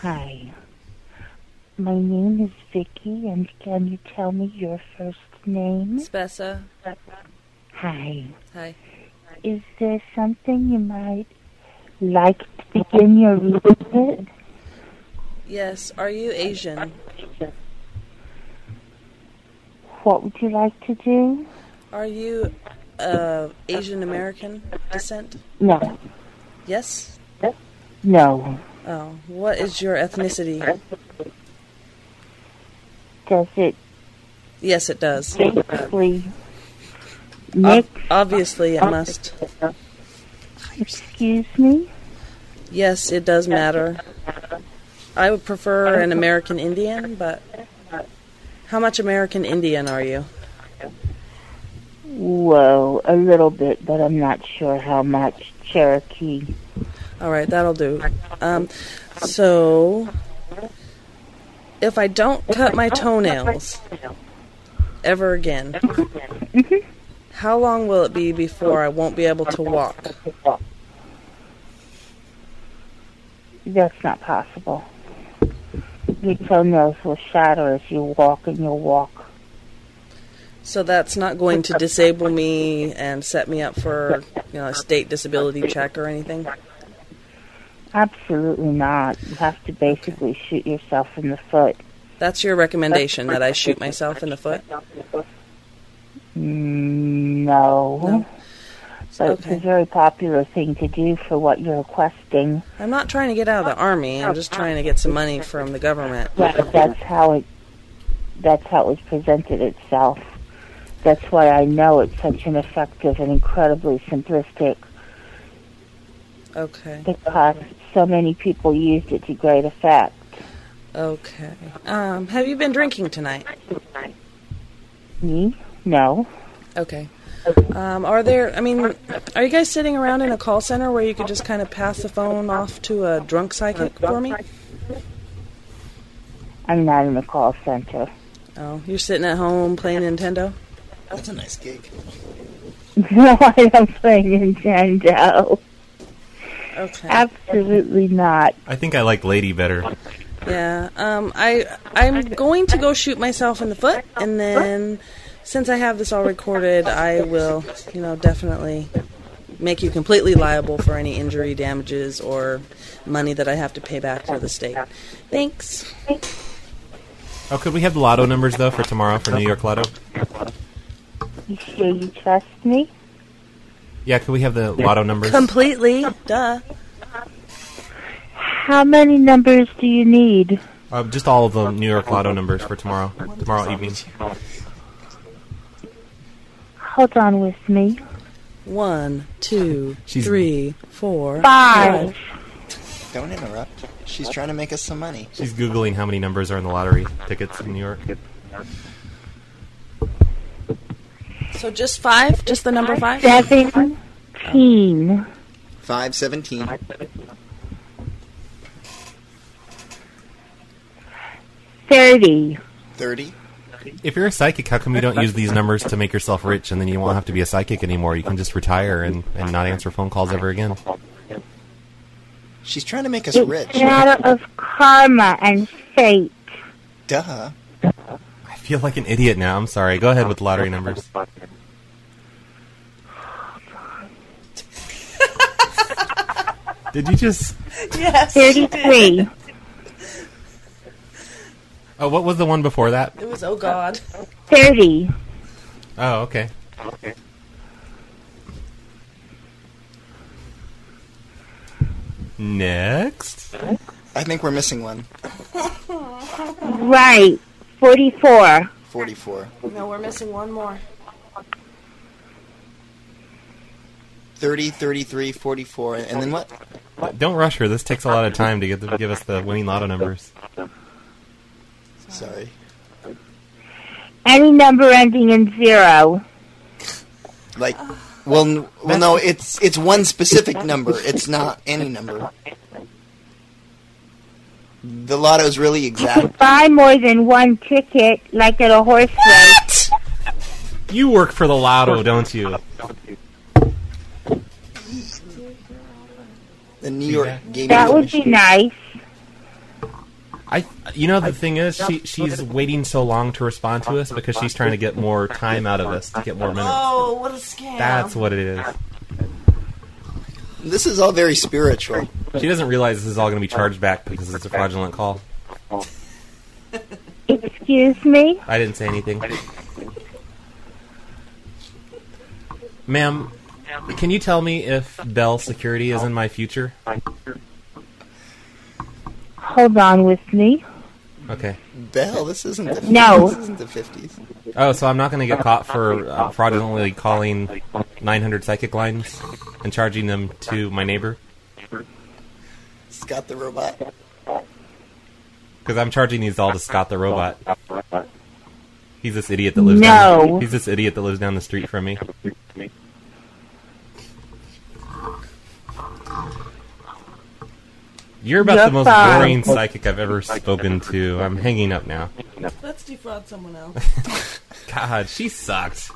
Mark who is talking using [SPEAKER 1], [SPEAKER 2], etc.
[SPEAKER 1] Hi. My name is Vicky, and can you tell me your first name?
[SPEAKER 2] Spessa.
[SPEAKER 1] Hi.
[SPEAKER 2] Hi.
[SPEAKER 1] Is there something you might like to begin your reading with?
[SPEAKER 2] Yes. Are you Asian?
[SPEAKER 1] What would you like to do?
[SPEAKER 2] Are you uh, Asian American descent?
[SPEAKER 1] No.
[SPEAKER 2] Yes.
[SPEAKER 1] No.
[SPEAKER 2] Oh, what is your ethnicity?
[SPEAKER 1] Does it
[SPEAKER 2] Yes, it does.
[SPEAKER 1] basically
[SPEAKER 2] Ob-
[SPEAKER 1] mix?
[SPEAKER 2] obviously, it must.
[SPEAKER 1] Excuse me?
[SPEAKER 2] Yes, it does matter. I would prefer an American Indian, but how much American Indian are you?
[SPEAKER 1] Whoa, a little bit, but I'm not sure how much. Cherokee.
[SPEAKER 2] All right, that'll do. Um, so, if I don't cut my toenails ever again, how long will it be before I won't be able to walk?
[SPEAKER 1] That's not possible. Your toenails will shatter as you walk and you'll walk.
[SPEAKER 2] So that's not going to disable me and set me up for you know a state disability check or anything.
[SPEAKER 1] Absolutely not. You have to basically shoot yourself in the foot.
[SPEAKER 2] That's your recommendation that I shoot myself in the foot.
[SPEAKER 1] Mm, No.
[SPEAKER 2] No?
[SPEAKER 1] But it's
[SPEAKER 2] Okay.
[SPEAKER 1] a very popular thing to do for what you're requesting.
[SPEAKER 2] I'm not trying to get out of the army. I'm just trying to get some money from the government.
[SPEAKER 1] Right, that's how it. That's how it was presented itself. That's why I know it's such an effective and incredibly simplistic
[SPEAKER 2] Okay.
[SPEAKER 1] because so many people used it to great effect.
[SPEAKER 2] Okay. Um, have you been drinking tonight?
[SPEAKER 1] Me? No.
[SPEAKER 2] Okay. Um, are there? I mean, are you guys sitting around in a call center where you could just kind of pass the phone off to a drunk psychic for me?
[SPEAKER 1] I'm not in the call center.
[SPEAKER 2] Oh, you're sitting at home playing Nintendo.
[SPEAKER 3] That's a nice gig.
[SPEAKER 1] No, I don't play Nintendo.
[SPEAKER 2] Okay.
[SPEAKER 1] Absolutely not.
[SPEAKER 4] I think I like Lady better.
[SPEAKER 2] Yeah. Um, I I'm going to go shoot myself in the foot, and then since I have this all recorded, I will, you know, definitely make you completely liable for any injury damages or money that I have to pay back to the state. Thanks.
[SPEAKER 4] Oh, could we have the lotto numbers though for tomorrow for New York Lotto?
[SPEAKER 1] You sure you trust me?
[SPEAKER 4] Yeah, could we have the lotto numbers?
[SPEAKER 2] Completely. Duh.
[SPEAKER 1] How many numbers do you need?
[SPEAKER 4] Uh, just all of the New York Lotto numbers for tomorrow, tomorrow evening.
[SPEAKER 1] Hold on with me.
[SPEAKER 2] One, two,
[SPEAKER 4] She's-
[SPEAKER 2] three, four,
[SPEAKER 1] Five.
[SPEAKER 3] Don't interrupt. She's trying to make us some money.
[SPEAKER 4] She's googling how many numbers are in the lottery tickets in New York.
[SPEAKER 2] So just five? Just the number five?
[SPEAKER 1] Seventeen.
[SPEAKER 3] Five seventeen.
[SPEAKER 1] Thirty.
[SPEAKER 3] Thirty.
[SPEAKER 4] If you're a psychic, how come you don't use these numbers to make yourself rich, and then you won't have to be a psychic anymore? You can just retire and, and not answer phone calls ever again.
[SPEAKER 3] She's trying to make us
[SPEAKER 1] It's
[SPEAKER 3] rich.
[SPEAKER 1] a matter of karma and fate.
[SPEAKER 3] Duh.
[SPEAKER 4] I feel like an idiot now. I'm sorry. Go ahead with the lottery numbers. Did you just?
[SPEAKER 2] Yes.
[SPEAKER 1] Thirty-three.
[SPEAKER 4] Oh, what was the one before that?
[SPEAKER 2] It was oh god.
[SPEAKER 1] Thirty.
[SPEAKER 4] Oh, okay. Next.
[SPEAKER 3] I think we're missing one.
[SPEAKER 1] Right. Forty-four.
[SPEAKER 3] Forty-four.
[SPEAKER 2] No, we're missing one more.
[SPEAKER 3] 30, 33, 44, and then what?
[SPEAKER 4] Don't rush her. This takes a lot of time to get to give us the winning lotto numbers.
[SPEAKER 3] Sorry.
[SPEAKER 1] Any number ending in zero.
[SPEAKER 3] Like, well, n- well, no, it's it's one specific number. It's not any number. The lotto's really exact.
[SPEAKER 1] Buy more than one ticket, like at a horse race.
[SPEAKER 4] You work for the lotto, don't you?
[SPEAKER 3] The New York Gaming
[SPEAKER 1] That would be
[SPEAKER 3] Commission.
[SPEAKER 1] nice.
[SPEAKER 4] I, you know, the thing is, she she's waiting so long to respond to us because she's trying to get more time out of us to get more minutes.
[SPEAKER 5] Oh, what a scam!
[SPEAKER 4] That's what it is.
[SPEAKER 3] This is all very spiritual.
[SPEAKER 4] She doesn't realize this is all going to be charged back because it's a fraudulent call.
[SPEAKER 1] Excuse me?
[SPEAKER 4] I didn't say anything. Ma'am, can you tell me if Dell Security is in my future?
[SPEAKER 1] Hold on with me.
[SPEAKER 4] Okay.
[SPEAKER 3] Bell, this isn't the
[SPEAKER 1] No.
[SPEAKER 3] This isn't the fifties.
[SPEAKER 4] Oh, so I'm not going to get caught for uh, fraudulently calling 900 psychic lines and charging them to my neighbor
[SPEAKER 3] Scott the robot.
[SPEAKER 4] because I'm charging these all to Scott the robot. He's this idiot that lives.
[SPEAKER 1] No.
[SPEAKER 4] Down, he's this idiot that lives down the street from me. You're about
[SPEAKER 1] You're
[SPEAKER 4] the most
[SPEAKER 1] fine.
[SPEAKER 4] boring psychic I've ever spoken to. I'm hanging up now.
[SPEAKER 5] Let's defraud someone else.
[SPEAKER 4] God, she sucks.